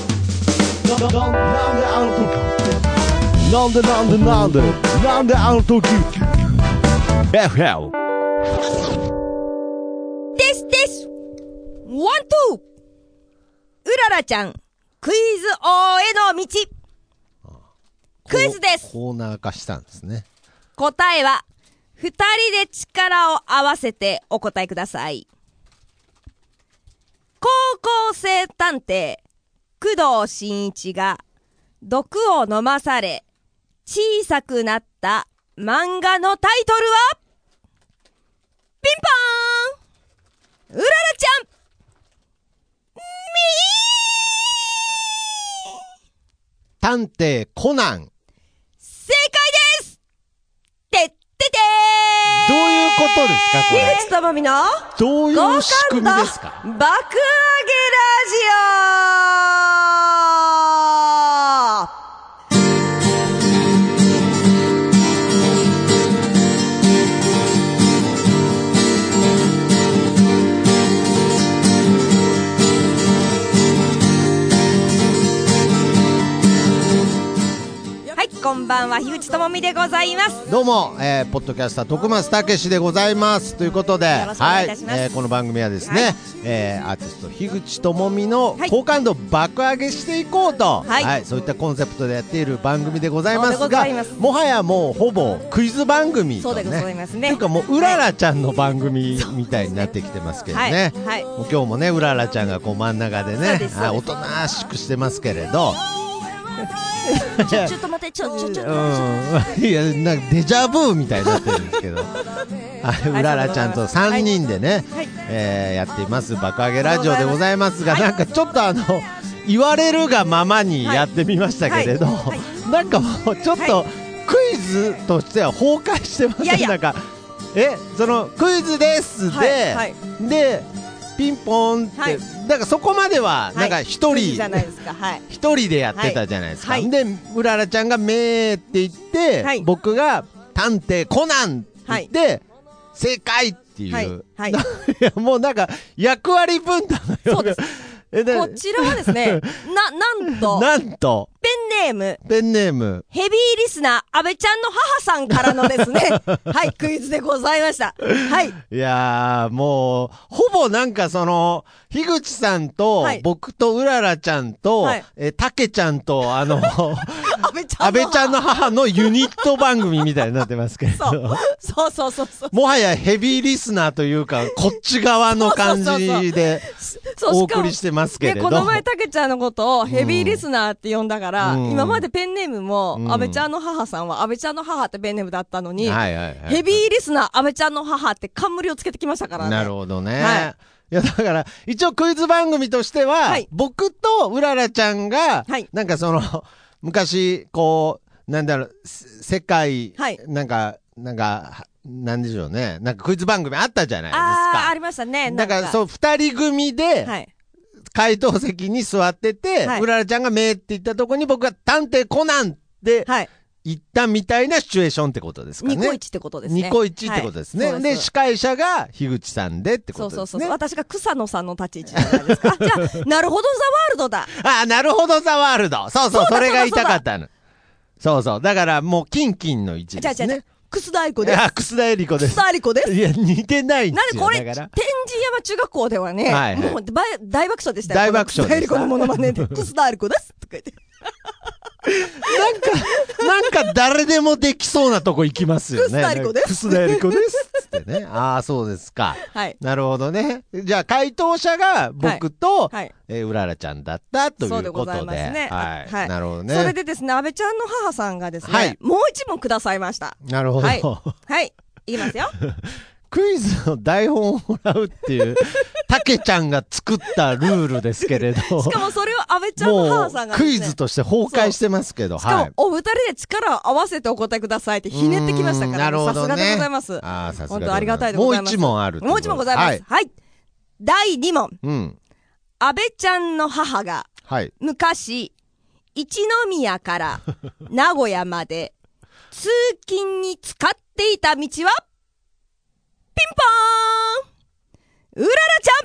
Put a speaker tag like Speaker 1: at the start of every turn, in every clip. Speaker 1: なんであの時なんでなんでなんでなんであの時 FL
Speaker 2: ですですワン、ツーうららちゃん、クイズ王への道クイズです
Speaker 3: コーナー化したんですね。
Speaker 2: 答えは、二人で力を合わせてお答えください。高校生探偵、工藤新一が毒を飲まされ、小さくなった漫画のタイトルはピンポーンうららちゃん
Speaker 3: 探偵コナン。
Speaker 2: 正解ですてってて
Speaker 3: どういうことですかこれ。
Speaker 2: ー樋口智美の
Speaker 3: どういう仕組みですか
Speaker 2: 爆上げラジオはい、こんばんは、樋口智美でございます。
Speaker 3: どうも、えーポッドキャスター徳松たけしでございますということで、
Speaker 2: よろしくお願いいたします
Speaker 3: えーこの番組はですね、
Speaker 2: はい
Speaker 3: えーアーティスト樋口智美の
Speaker 2: はい
Speaker 3: 好感度爆上げしていこうと、
Speaker 2: はい
Speaker 3: そういったコンセプトでやっている番組でございます
Speaker 2: そうでご
Speaker 3: が
Speaker 2: ざいます
Speaker 3: もはやもうほぼクイズ番組
Speaker 2: そう
Speaker 3: と
Speaker 2: でござい
Speaker 3: ね
Speaker 2: ます
Speaker 3: とい
Speaker 2: ね。
Speaker 3: うかもううららちゃんの番組みたいになってきてますけど
Speaker 2: はい、
Speaker 3: ね、
Speaker 2: はい、
Speaker 3: もう今日もねうららちゃんがこう真ん中で
Speaker 2: そう
Speaker 3: ね
Speaker 2: ですそうです
Speaker 3: あおとなしくしてますけれど。
Speaker 2: ちょっと待って、ちょ、ちょ、ちょ、
Speaker 3: うん、 いやなんかデジャブみたいになってるんです けどあうららちゃんと3人でね、
Speaker 2: はい
Speaker 3: えーやっています「爆上げラジオ」でございますが、なんかちょっとあの言われるがままにやってみましたけれど、
Speaker 2: はいはい
Speaker 3: なんかもうちょっとクイズとしては崩壊してません
Speaker 2: いやいや
Speaker 3: なんかえそのクイズですで、
Speaker 2: はいはい
Speaker 3: でピンポンって、
Speaker 2: はい
Speaker 3: なんかそこまで
Speaker 2: は
Speaker 3: はないんか一人、
Speaker 2: クイズじゃないですか、はい。
Speaker 3: 一人でやってたじゃないですか、
Speaker 2: はいはい
Speaker 3: でうららちゃんが「めー」って言って、
Speaker 2: はい
Speaker 3: 僕が「探偵コナン」って言って、正解っていう、
Speaker 2: はいいはい
Speaker 3: やもうなんか役割分担のよ
Speaker 2: そうです
Speaker 3: えで
Speaker 2: こちらはです ね、な、なんと、
Speaker 3: なんと
Speaker 2: ペンネーム、
Speaker 3: ペンネーム
Speaker 2: ヘビーリスナー、安倍ちゃんの母さんからのです ね、はい、クイズでございました。はい。
Speaker 3: いやーもうほぼなんかその樋口さんと、
Speaker 2: はい
Speaker 3: 僕とうららちゃんと、
Speaker 2: はい
Speaker 3: えたけちゃんと あの
Speaker 2: 安倍ちゃんの。
Speaker 3: 安倍ちゃんの母のユニット番組みたいになってますけれ
Speaker 2: そ
Speaker 3: ど
Speaker 2: う。そうそうそうそう。
Speaker 3: もはやヘビーリスナーというか、こっち側の感じで
Speaker 2: そうし
Speaker 3: お
Speaker 2: かも
Speaker 3: 送りしてますけれど。
Speaker 2: でこの前、たけちゃんのことをヘビーリスナーって呼んだから、
Speaker 3: うん
Speaker 2: 今までペンネームも
Speaker 3: う、ん
Speaker 2: 安倍ちゃんの母さんは、安倍ちゃんの母ってペンネームだったのに、
Speaker 3: はいはいはい、
Speaker 2: ヘビーリスナー、安倍ちゃんの母って冠をつけてきましたからね。
Speaker 3: なるほどね。
Speaker 2: はい
Speaker 3: いやだから一応クイズ番組としては、
Speaker 2: はい
Speaker 3: 僕とうららちゃんが、
Speaker 2: はい
Speaker 3: なんかその昔こうなんだろうせ世界、
Speaker 2: はい
Speaker 3: なんかなんかなんでしょうねなんかクイズ番組あったじゃないです
Speaker 2: あー、あ
Speaker 3: か。
Speaker 2: りましたね。。
Speaker 3: だからそうう二人組で、
Speaker 2: はい。
Speaker 3: 回答席に座ってて、
Speaker 2: はいう
Speaker 3: ららちゃんがめーって言ったとこに僕が探偵コナンって
Speaker 2: はい。
Speaker 3: 言ったみたいなシチュエーションってことですかね。
Speaker 2: ニコイチってことですね。
Speaker 3: ニコイチってことですね。
Speaker 2: はいそう
Speaker 3: で、
Speaker 2: で
Speaker 3: 司会者が樋口さんでって
Speaker 2: そ
Speaker 3: こ
Speaker 2: うそ
Speaker 3: と
Speaker 2: う
Speaker 3: です
Speaker 2: そう。
Speaker 3: ね。
Speaker 2: 私が草野さんの立ち位置じゃないです か。あじゃあ、なるほど、ザ・ワールドだ。
Speaker 3: あ、なるほど、ザ・ワールド。そうそう、
Speaker 2: そうだ
Speaker 3: それが言いたかったの。そうそう。だからもう、キンキンの位置
Speaker 2: じゃ
Speaker 3: で
Speaker 2: あ、じ
Speaker 3: す
Speaker 2: ゃあ、じゃあ
Speaker 3: ね。
Speaker 2: 楠田愛子
Speaker 3: い
Speaker 2: です。
Speaker 3: や、楠田絵理子で
Speaker 2: 楠
Speaker 3: す
Speaker 2: 田。愛子です。
Speaker 3: いや、似てないんで
Speaker 2: なん
Speaker 3: す
Speaker 2: で
Speaker 3: よ。
Speaker 2: これ、
Speaker 3: だ
Speaker 2: 天
Speaker 3: から
Speaker 2: 神山中学校ではね、
Speaker 3: はいはい
Speaker 2: もうば大爆笑でしたよ。
Speaker 3: 大爆笑
Speaker 2: で
Speaker 3: で
Speaker 2: 愛
Speaker 3: した
Speaker 2: 子のモノマ ネで、楠田愛子です。とか言って。
Speaker 3: なんか、なんか誰でもできそうなとこ行きますよね。
Speaker 2: 楠田絵理子です
Speaker 3: 楠田絵理子です。つってね。ああ、そうですか。
Speaker 2: はい。
Speaker 3: なるほどね。じゃあ、回答者が僕と、
Speaker 2: はい。
Speaker 3: えーうららちゃんだったということで。
Speaker 2: そうでございますね
Speaker 3: はい。
Speaker 2: はい
Speaker 3: なるほど
Speaker 2: それ
Speaker 3: ね。
Speaker 2: でですね、安倍ちゃんの母さんがですね、
Speaker 3: はい
Speaker 2: もう一問くださいました。
Speaker 3: なるほど。
Speaker 2: はいはい。いきますよ。
Speaker 3: クイズの台本をもらうっ ていう、たけちゃんが作ったルールですけれど、
Speaker 2: しかもそれを安倍ちゃんの
Speaker 3: も
Speaker 2: 母
Speaker 3: う
Speaker 2: さんがです
Speaker 3: ク
Speaker 2: ね、
Speaker 3: イズとして崩壊してますけど、
Speaker 2: しかも、
Speaker 3: はい。
Speaker 2: お二人で力を合わせてお答えくださいってひねってきましたから、
Speaker 3: うーんなるほ
Speaker 2: さす
Speaker 3: どね
Speaker 2: がでございます。
Speaker 3: ああ、さすが
Speaker 2: 本
Speaker 3: でございます
Speaker 2: 当ありがたいでございます。
Speaker 3: もう一問あると
Speaker 2: もう一問ございます。
Speaker 3: は
Speaker 2: はい。第二問。
Speaker 3: うん。
Speaker 2: 安倍ちゃんの母が
Speaker 3: はい。
Speaker 2: 昔、一宮 から名古屋まで通勤に使っていた道は、ピンポーンうららちゃ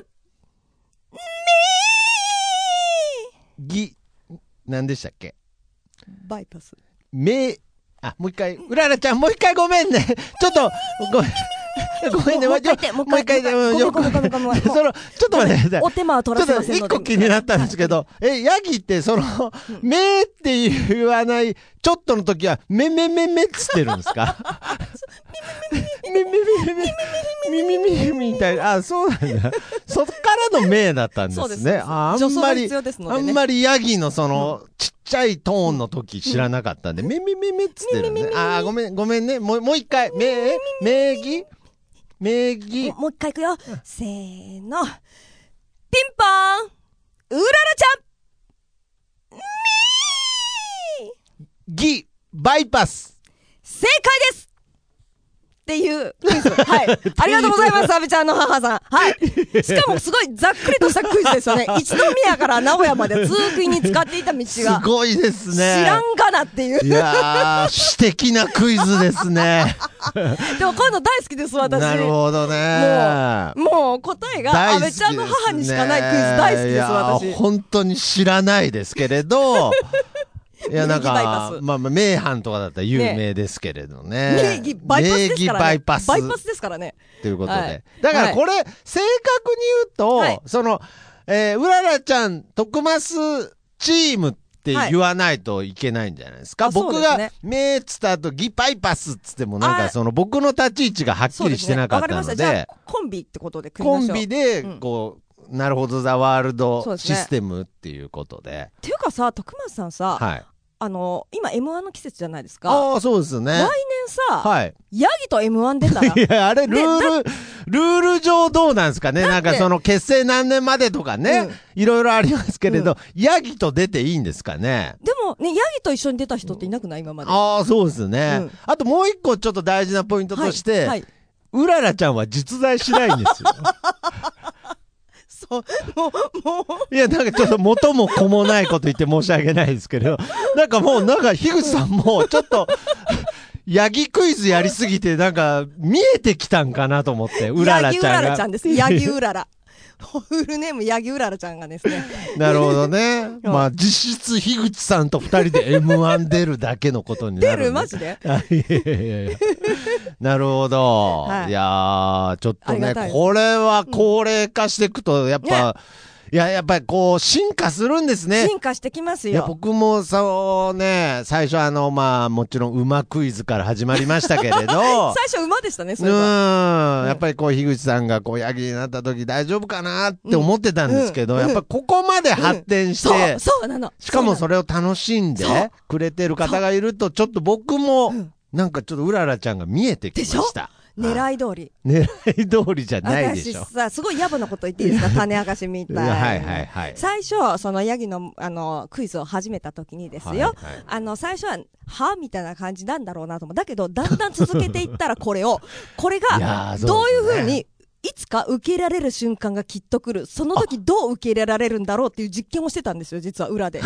Speaker 2: ん
Speaker 3: ぎ、何でしたっけ
Speaker 2: バイパス。
Speaker 3: め、あ、もう一回、うららちゃん、もう一回ごめんね。 ちょっと、ごめん。 ごめんね、
Speaker 4: もう
Speaker 3: まちょ
Speaker 4: もう一回言ってもう一回
Speaker 3: もう一回でもよく、
Speaker 4: ごめんごめんごめんごめん
Speaker 3: その、ちょっと待ってくださ
Speaker 4: お
Speaker 3: い。
Speaker 4: 手間は取
Speaker 3: ちょ
Speaker 4: らせ
Speaker 3: っと
Speaker 4: ません
Speaker 3: 一
Speaker 4: ので。
Speaker 3: 個気になったんですけど、え、ヤギってその、めって言わない、ちょっとの時は、めめめめっつってるんですかめめめめめめめめみたいな、あ、そうなんだ。そっからのめだったんで
Speaker 2: そうです
Speaker 3: す
Speaker 2: そう
Speaker 3: ね。
Speaker 2: です
Speaker 3: ああ
Speaker 2: 助
Speaker 3: ん
Speaker 2: 走
Speaker 3: ま
Speaker 2: が
Speaker 3: り
Speaker 2: 必、要ですの
Speaker 3: あ
Speaker 2: でね
Speaker 3: んまりヤギのその、ちっちゃいトーンの時知らなかったんで、めめめめっつってるんですね。ああ、ごめん、ごめんね。もう、もう一回、め、めぎ、めぎ、
Speaker 4: もう一回いくよ。せーの。ピンポーンうららちゃん
Speaker 3: ぎ、バイパス。
Speaker 4: 正解ですっていうクイズ。 はい。ありがとうございます、阿部ちゃんの母さん。はい。しかもすごいざっくりとしたクイズですよね。一宮から名古屋まで通勤に使っていた道
Speaker 3: す
Speaker 4: が、
Speaker 3: ごいですね。
Speaker 4: 知らんがなっていう。
Speaker 3: いやー、詩的なクイズですね。
Speaker 4: でもこういうの大好きです、 私。
Speaker 3: なるほどね。
Speaker 4: もう答えが
Speaker 3: 大
Speaker 4: 阿
Speaker 3: 好き
Speaker 4: 部
Speaker 3: です
Speaker 4: ちゃんの母にしかないクイズ大好き
Speaker 3: い
Speaker 4: です、
Speaker 3: やー
Speaker 4: 私。
Speaker 3: 本当に知らないですけ れど、いや、なん
Speaker 2: 名義バイ
Speaker 3: か
Speaker 2: パ、ス
Speaker 3: まあまあ、名阪とかだったら有名ですけれどね。
Speaker 2: 名義バイパスですからね。
Speaker 3: 名義バイパス。
Speaker 2: ですからね。
Speaker 3: ということで。
Speaker 2: はい
Speaker 3: だからこれ、正確に言うと、
Speaker 2: はい
Speaker 3: その、えーうららちゃん、徳増チームって言わないといけないんじゃないですか。
Speaker 2: はいあ
Speaker 3: 僕
Speaker 2: そう
Speaker 3: が、
Speaker 2: です
Speaker 3: めーっつった後、ギパイパスっつっても、なん
Speaker 2: あ
Speaker 3: かその僕の立ち位置がはっき
Speaker 2: そうで
Speaker 3: り
Speaker 2: す
Speaker 3: し
Speaker 2: ね
Speaker 3: てなかっ
Speaker 2: わ
Speaker 3: たの
Speaker 2: りましたじ
Speaker 3: で
Speaker 2: ゃ、あコンビってことで組み
Speaker 3: コ
Speaker 2: ましょう。
Speaker 3: ンビ
Speaker 2: っ
Speaker 3: で
Speaker 2: うん、
Speaker 3: こう、なるほど、ザ・ワール
Speaker 2: そう
Speaker 3: ド
Speaker 2: ですね
Speaker 3: システムっていうことで。
Speaker 2: ていうかさ、徳松さんさ、
Speaker 3: はい。
Speaker 2: あの、今 M1 の季節じゃないですか。
Speaker 3: ああ、そうですね
Speaker 2: 来。年さ、
Speaker 3: はい。
Speaker 2: ヤギと M1 出たら、
Speaker 3: いや、あれ、ルール、ルール上どうなんですかねなんかその結成何年までとかね、いろいろありますけれど、ヤギと出ていいんですかね
Speaker 2: でもね、ヤギと一緒に出た人っていなくない今まで。
Speaker 3: ああ、そうですね、
Speaker 2: うん
Speaker 3: あともう一個ちょっと大事なポイントとして、
Speaker 2: はい。はい、
Speaker 3: うららちゃんは実在しないんですよ。
Speaker 2: そう、もう、もう、
Speaker 3: いや、なんかちょっと元も子もないこと言って申し訳ないですけれど、なんかもうなんか樋口さんもちょっと、ヤギクイズやりすぎて、なんか見えてきたんかなと思って、うららちゃんが。
Speaker 2: ヤギうららちゃん です。ヤギうらら。フルネームヤギうららちゃんがですね。
Speaker 3: なるほ どね。まあ、実質、樋口さんと二人で M1 出るだけのことにな
Speaker 2: 出
Speaker 3: る
Speaker 2: る
Speaker 3: ん
Speaker 2: マジで
Speaker 3: あいやいやいやなるほど。
Speaker 2: はい
Speaker 3: い、やー、ちょっと
Speaker 2: ありが
Speaker 3: ね
Speaker 2: たい、
Speaker 3: これは高齢化していくと、やっぱ、いや、やっぱりこう、進化するんですね。
Speaker 2: 進化してきます
Speaker 3: いや、
Speaker 2: よ。
Speaker 3: 僕もそうね、最初あの、まあ、もちろん馬クイズから始まりましたけ れど、
Speaker 2: 最初馬でしたね、
Speaker 3: う
Speaker 2: それは。
Speaker 3: ーん、やっぱりこう、樋口さんがこう、ヤギになった時大丈夫かなって思ってたんですけど、
Speaker 2: うんうん
Speaker 3: やっぱここまで発展して、
Speaker 2: そう、そうなの。
Speaker 3: しかも
Speaker 2: そう
Speaker 3: それを楽しんで
Speaker 2: そう
Speaker 3: くれてる方がいると、ちょっと僕も
Speaker 2: ん、
Speaker 3: なんかちょっとうららちゃんが見えてきました。
Speaker 2: なの
Speaker 3: い。
Speaker 2: 狙い通り。
Speaker 3: 狙い通りじゃないで
Speaker 2: 私
Speaker 3: しょ。
Speaker 2: さ、すごい野暮なこと言っていいですか種明かしみたいな。
Speaker 3: はいはいはい
Speaker 2: 最初、そのヤギの、あの、クイズを始めた時にですよ。
Speaker 3: はいはい
Speaker 2: あの、最初は、はみたいな感じなんだろうなと思う。だけど、だんだん続けていったらこれ を、これ
Speaker 3: いや
Speaker 2: が
Speaker 3: ー、
Speaker 2: どういう
Speaker 3: そうで
Speaker 2: ふ
Speaker 3: す
Speaker 2: う
Speaker 3: ね
Speaker 2: に、いつか受け入れられる瞬間がきっと来る。その時どう受け入れられるんだろうっていう実験をしてたんですよ、実は裏 で。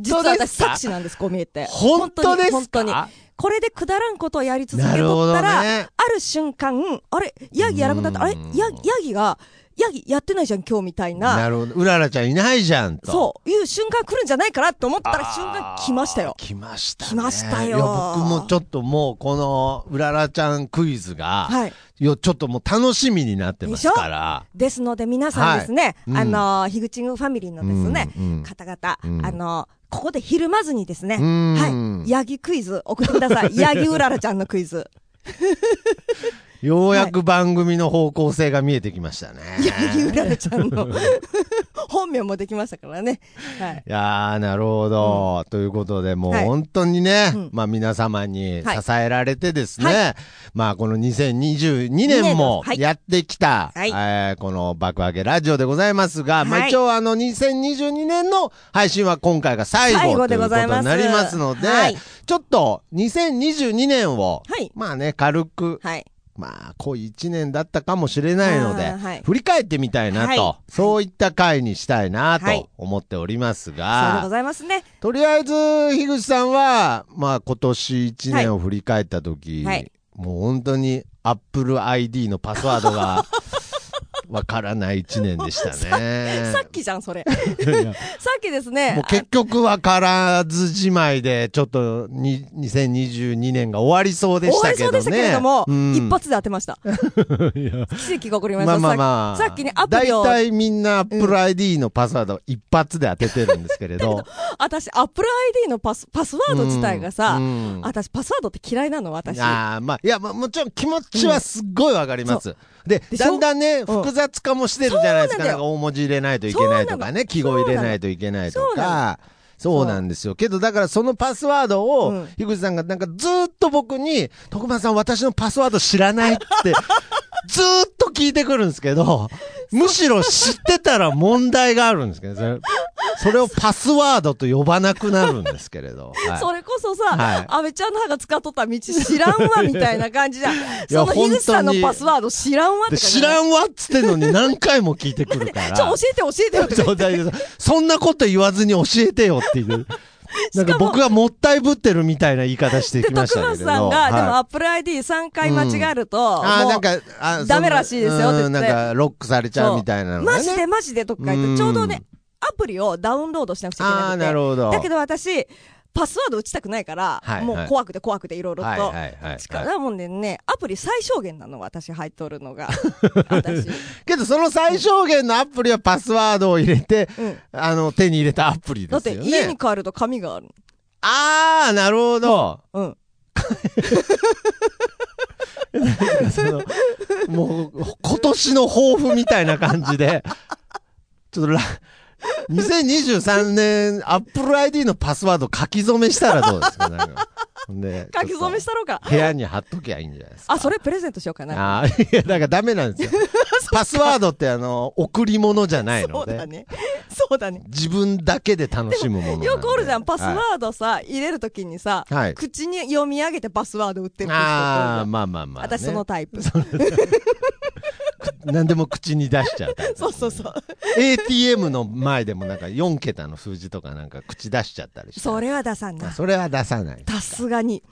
Speaker 2: 実は私、作詞なんです、こう見えて。
Speaker 3: 本当ですか
Speaker 2: 本当に。本当にこれでくだらんことをやり続け
Speaker 3: なる
Speaker 2: と
Speaker 3: ほ
Speaker 2: った
Speaker 3: ど
Speaker 2: ら、
Speaker 3: ね。
Speaker 2: ある瞬間、あれ、ヤギやらなくなった、あれ、ヤ
Speaker 3: うーん
Speaker 2: ヤギが、ヤギやってないじゃん、今日みたいな、
Speaker 3: なるほど。うららちゃんいないじゃんと。
Speaker 2: そういう瞬間来るんじゃないかなと思ったら、瞬間
Speaker 3: あー
Speaker 2: 来ましたよ。
Speaker 3: 来ましたね。
Speaker 2: 来ましたよ
Speaker 3: いや、僕もちょっともう、この、うららちゃんクイズが、
Speaker 2: はい。
Speaker 3: いや、ちょっともう楽しみになってますから。
Speaker 2: ですので、皆さんですね、
Speaker 3: はいうん
Speaker 2: あのー、ヒグチングファミリーのですね、
Speaker 3: うんうん
Speaker 2: 方々、
Speaker 3: うん
Speaker 2: あのー、ここでひるまずにですね、
Speaker 3: うん
Speaker 2: はい。ヤギクイズ送ってくださ い。ヤギうららちゃんのクイズ。
Speaker 3: ようやく番組の方向性が見えてきましたね。
Speaker 2: ヤギうららちゃん の本名もできましたからね。はい。
Speaker 3: いやー、なるほど。ということで、もう
Speaker 2: はい
Speaker 3: 本当にね、
Speaker 2: うん
Speaker 3: まあ皆様に
Speaker 2: はい
Speaker 3: 支えられてですね、
Speaker 2: は
Speaker 3: まあこの2022年も
Speaker 2: はい
Speaker 3: やってきた、
Speaker 2: はい
Speaker 3: えーこの爆上げラジオでございますが、ま
Speaker 2: は
Speaker 3: あ
Speaker 2: い
Speaker 3: 一応あの2022年の配信は今回が最
Speaker 2: 最
Speaker 3: 後
Speaker 2: 後
Speaker 3: と
Speaker 2: で
Speaker 3: いうこ
Speaker 2: ご
Speaker 3: と
Speaker 2: ざい
Speaker 3: に
Speaker 2: ます
Speaker 3: なりますので、
Speaker 2: はい
Speaker 3: ちょっと2022年を、
Speaker 2: はい
Speaker 3: まあね、軽く、
Speaker 2: はい。
Speaker 3: まあ、濃い一年だったかもしれないので、
Speaker 2: あーはい
Speaker 3: 振り返ってみたいなと、
Speaker 2: は
Speaker 3: そういった回にしたいな
Speaker 2: はい
Speaker 3: と思っておりますが、
Speaker 2: そうでございますね。
Speaker 3: とりあえず、樋口さんは、まあ、今年一年を振り返った時、
Speaker 2: はいはい
Speaker 3: もう本当に Apple ID のパスワードが、わからない一年でしたね。
Speaker 2: さっきじゃん、 それ。
Speaker 3: いや
Speaker 2: さっきですね
Speaker 3: もう。結局わからずじまいで、ちょっとに2022年が終わりそうで
Speaker 2: 終
Speaker 3: し
Speaker 2: わ
Speaker 3: た
Speaker 2: り
Speaker 3: け
Speaker 2: そ
Speaker 3: ど
Speaker 2: う
Speaker 3: ね。
Speaker 2: でしたけれども、
Speaker 3: うん
Speaker 2: 一発で当てました。
Speaker 3: いや
Speaker 2: 奇跡が起こりました。
Speaker 3: まあまあまあ。
Speaker 2: さっきさっきね、アプリを、
Speaker 3: 大体みんな Apple ID のパスワードを一発で当ててるんですけれど。
Speaker 2: 私、アップル ID のパス、パスワード自体がさ、
Speaker 3: うん
Speaker 2: 私、パスワードって嫌いなの、私。
Speaker 3: ああ、まあ、いや、まあ、もちろん気持ちはすっごいわかります。で、
Speaker 2: でしょ
Speaker 3: だんだんね、
Speaker 2: ん
Speaker 3: 複雑化もしてるじゃないで
Speaker 2: そ
Speaker 3: すか。
Speaker 2: うなんだよ
Speaker 3: なんか大文字入れないといけないと
Speaker 2: そうなの
Speaker 3: かね、記号入れないといけないと
Speaker 2: そうな
Speaker 3: か。そうなんですよ。けど、だからそのパスワード
Speaker 2: う
Speaker 3: を
Speaker 2: ん、
Speaker 3: 樋口さんがなんかずーっと僕に、徳間さん私のパスワード知らないって、 ずーっと聞いてくるんですけど、むしろ知ってたら問題があるんですけど、それそれをパスワードと呼ばなくなるんですけれど。 はい
Speaker 2: それこそさ、
Speaker 3: はい
Speaker 2: 安倍ちゃんの歯が使っとった道知らんわ、みたいな感じ じゃん。その
Speaker 3: 本当
Speaker 2: 樋
Speaker 3: に
Speaker 2: 口さんのパスワード知らんわっ
Speaker 3: で
Speaker 2: て
Speaker 3: 知らんわっつってんのに何回も聞いてくるか ら。
Speaker 2: ちょ、教えて教えてよとか
Speaker 3: そう大丈夫そんなこと言わずに教えて よっていう。なんか僕がもったいぶってるみたいな言い方してきま
Speaker 2: 徳
Speaker 3: したけれ
Speaker 2: 松
Speaker 3: ど。
Speaker 2: さんが、
Speaker 3: はい
Speaker 2: でもアップル ID3 回間違えると、もう
Speaker 3: あーなんか、あ
Speaker 2: ダメらしいですよって
Speaker 3: う
Speaker 2: 言って
Speaker 3: んなんか、ロックされちゃうみたいなのが
Speaker 2: マ
Speaker 3: ね。
Speaker 2: ジでマジでとか
Speaker 3: う
Speaker 2: 言っ
Speaker 3: ん
Speaker 2: て、ちょうどね、アプリをダウンロードしなくちゃいけなくて。
Speaker 3: あーなるほど
Speaker 2: だけど私、パスワード打ちたくないから、
Speaker 3: はいはい
Speaker 2: もう怖くて怖くていろいろと。
Speaker 3: はいはいはい
Speaker 2: 力
Speaker 3: は
Speaker 2: だもんでね、アプリ最小限なの、私入っとる のが。私。
Speaker 3: い。けど、その最小限のアプリはパスワードを入れて、
Speaker 2: うん
Speaker 3: あの、手に入れたアプリ
Speaker 2: だ
Speaker 3: で
Speaker 2: っ
Speaker 3: す
Speaker 2: て
Speaker 3: よ
Speaker 2: 家
Speaker 3: ね
Speaker 2: に。帰ると紙がある。
Speaker 3: ああ、なるほど。
Speaker 2: うん。
Speaker 3: その もう、今年の抱負みたいな感じで、 ちょっとら、2023年、Apple ID のパスワード書き初めしたらどうですかなんかほんで
Speaker 2: 書き初めしたろうか
Speaker 3: ちょっと。部屋に貼っときゃいいんじゃないですか。
Speaker 2: あ、それプレゼントしようかな。
Speaker 3: ああ、いや、だからダメなん ですよ。パスワードって、あの、贈り物じゃない
Speaker 2: そ
Speaker 3: の
Speaker 2: うだ
Speaker 3: で、
Speaker 2: ね。そうだね。
Speaker 3: 自分だけで楽しむものなんで。
Speaker 2: よくおるじゃん、パスワ
Speaker 3: はい
Speaker 2: ードさ、入れるときにさ、
Speaker 3: はい
Speaker 2: 口に読み上げてパスワード打ってる人と
Speaker 3: ああ、まあまあまあ、ね。
Speaker 2: 私そのタイプ。
Speaker 3: 何でも口に出しちゃうタイ プ。
Speaker 2: そうそうそう。
Speaker 3: ATM の前でもなんか4桁の数字とかなんか口出しちゃったりして
Speaker 2: それは出さんな
Speaker 3: あ。それは出さない
Speaker 2: さすがに。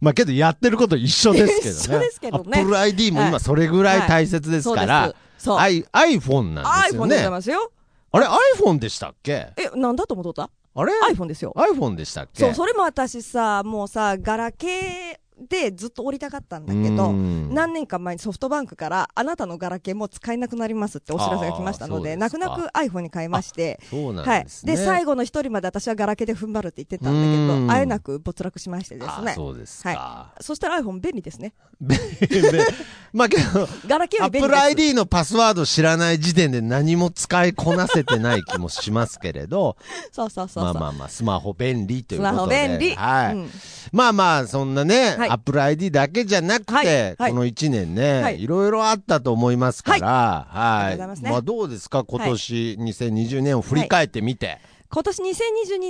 Speaker 3: まあけどやってること一緒ですけど ね
Speaker 2: 一緒ですけどね
Speaker 3: Apple ID も今それぐらい大切ですから、
Speaker 2: はいそうで
Speaker 3: I、iPhone なんで
Speaker 2: iPhone
Speaker 3: すよ
Speaker 2: でござい
Speaker 3: ね
Speaker 2: ますよ。
Speaker 3: あれ iPhone でしたっけ
Speaker 2: え、なんだと思っとった
Speaker 3: あれ
Speaker 2: ?iPhone ですよ。
Speaker 3: iPhone でしたっけ
Speaker 2: そう、それも私さ、もうさ、ガラケーでずっと降りたかったんだけ
Speaker 3: う
Speaker 2: ど、
Speaker 3: ん
Speaker 2: 何年か前にソフトバンクから、あなたのガラケーもう使えなくなりますってお知らせが来ましたの
Speaker 3: あ
Speaker 2: で、
Speaker 3: ー
Speaker 2: 泣く
Speaker 3: そうで
Speaker 2: 泣
Speaker 3: すか
Speaker 2: く iPhone に変えまして、
Speaker 3: そうな
Speaker 2: は
Speaker 3: ん
Speaker 2: い
Speaker 3: で。すね、
Speaker 2: で、最後の一人まで私はガラケーで踏ん張るって言ってたんだ
Speaker 3: う
Speaker 2: け
Speaker 3: ん
Speaker 2: ど、あえなく没落しましてです
Speaker 3: あ
Speaker 2: ね。
Speaker 3: そうですか、
Speaker 2: そしたら iPhone 便利ですね。
Speaker 3: でまあけ ど
Speaker 2: ガラケーより便利
Speaker 3: Apple
Speaker 2: です。
Speaker 3: ID のパスワード知らない時点で何も使いこなせてない気もしますけれど
Speaker 2: そうそうそう
Speaker 3: ま
Speaker 2: そう。
Speaker 3: あまあまあ、スマホ便利ということ
Speaker 2: ス
Speaker 3: で。
Speaker 2: マホ便利
Speaker 3: はい。
Speaker 2: うん
Speaker 3: まあまあ、そんなね、
Speaker 2: はい
Speaker 3: Apple ID だけじゃなくて、
Speaker 2: はいはい
Speaker 3: この1年ね、
Speaker 2: はいい、
Speaker 3: ろいろあったと思いますから、は
Speaker 2: あ
Speaker 3: い。
Speaker 2: りがとうございますね
Speaker 3: あどうですか、今年、2020年を振り返ってみて。
Speaker 2: 今年2022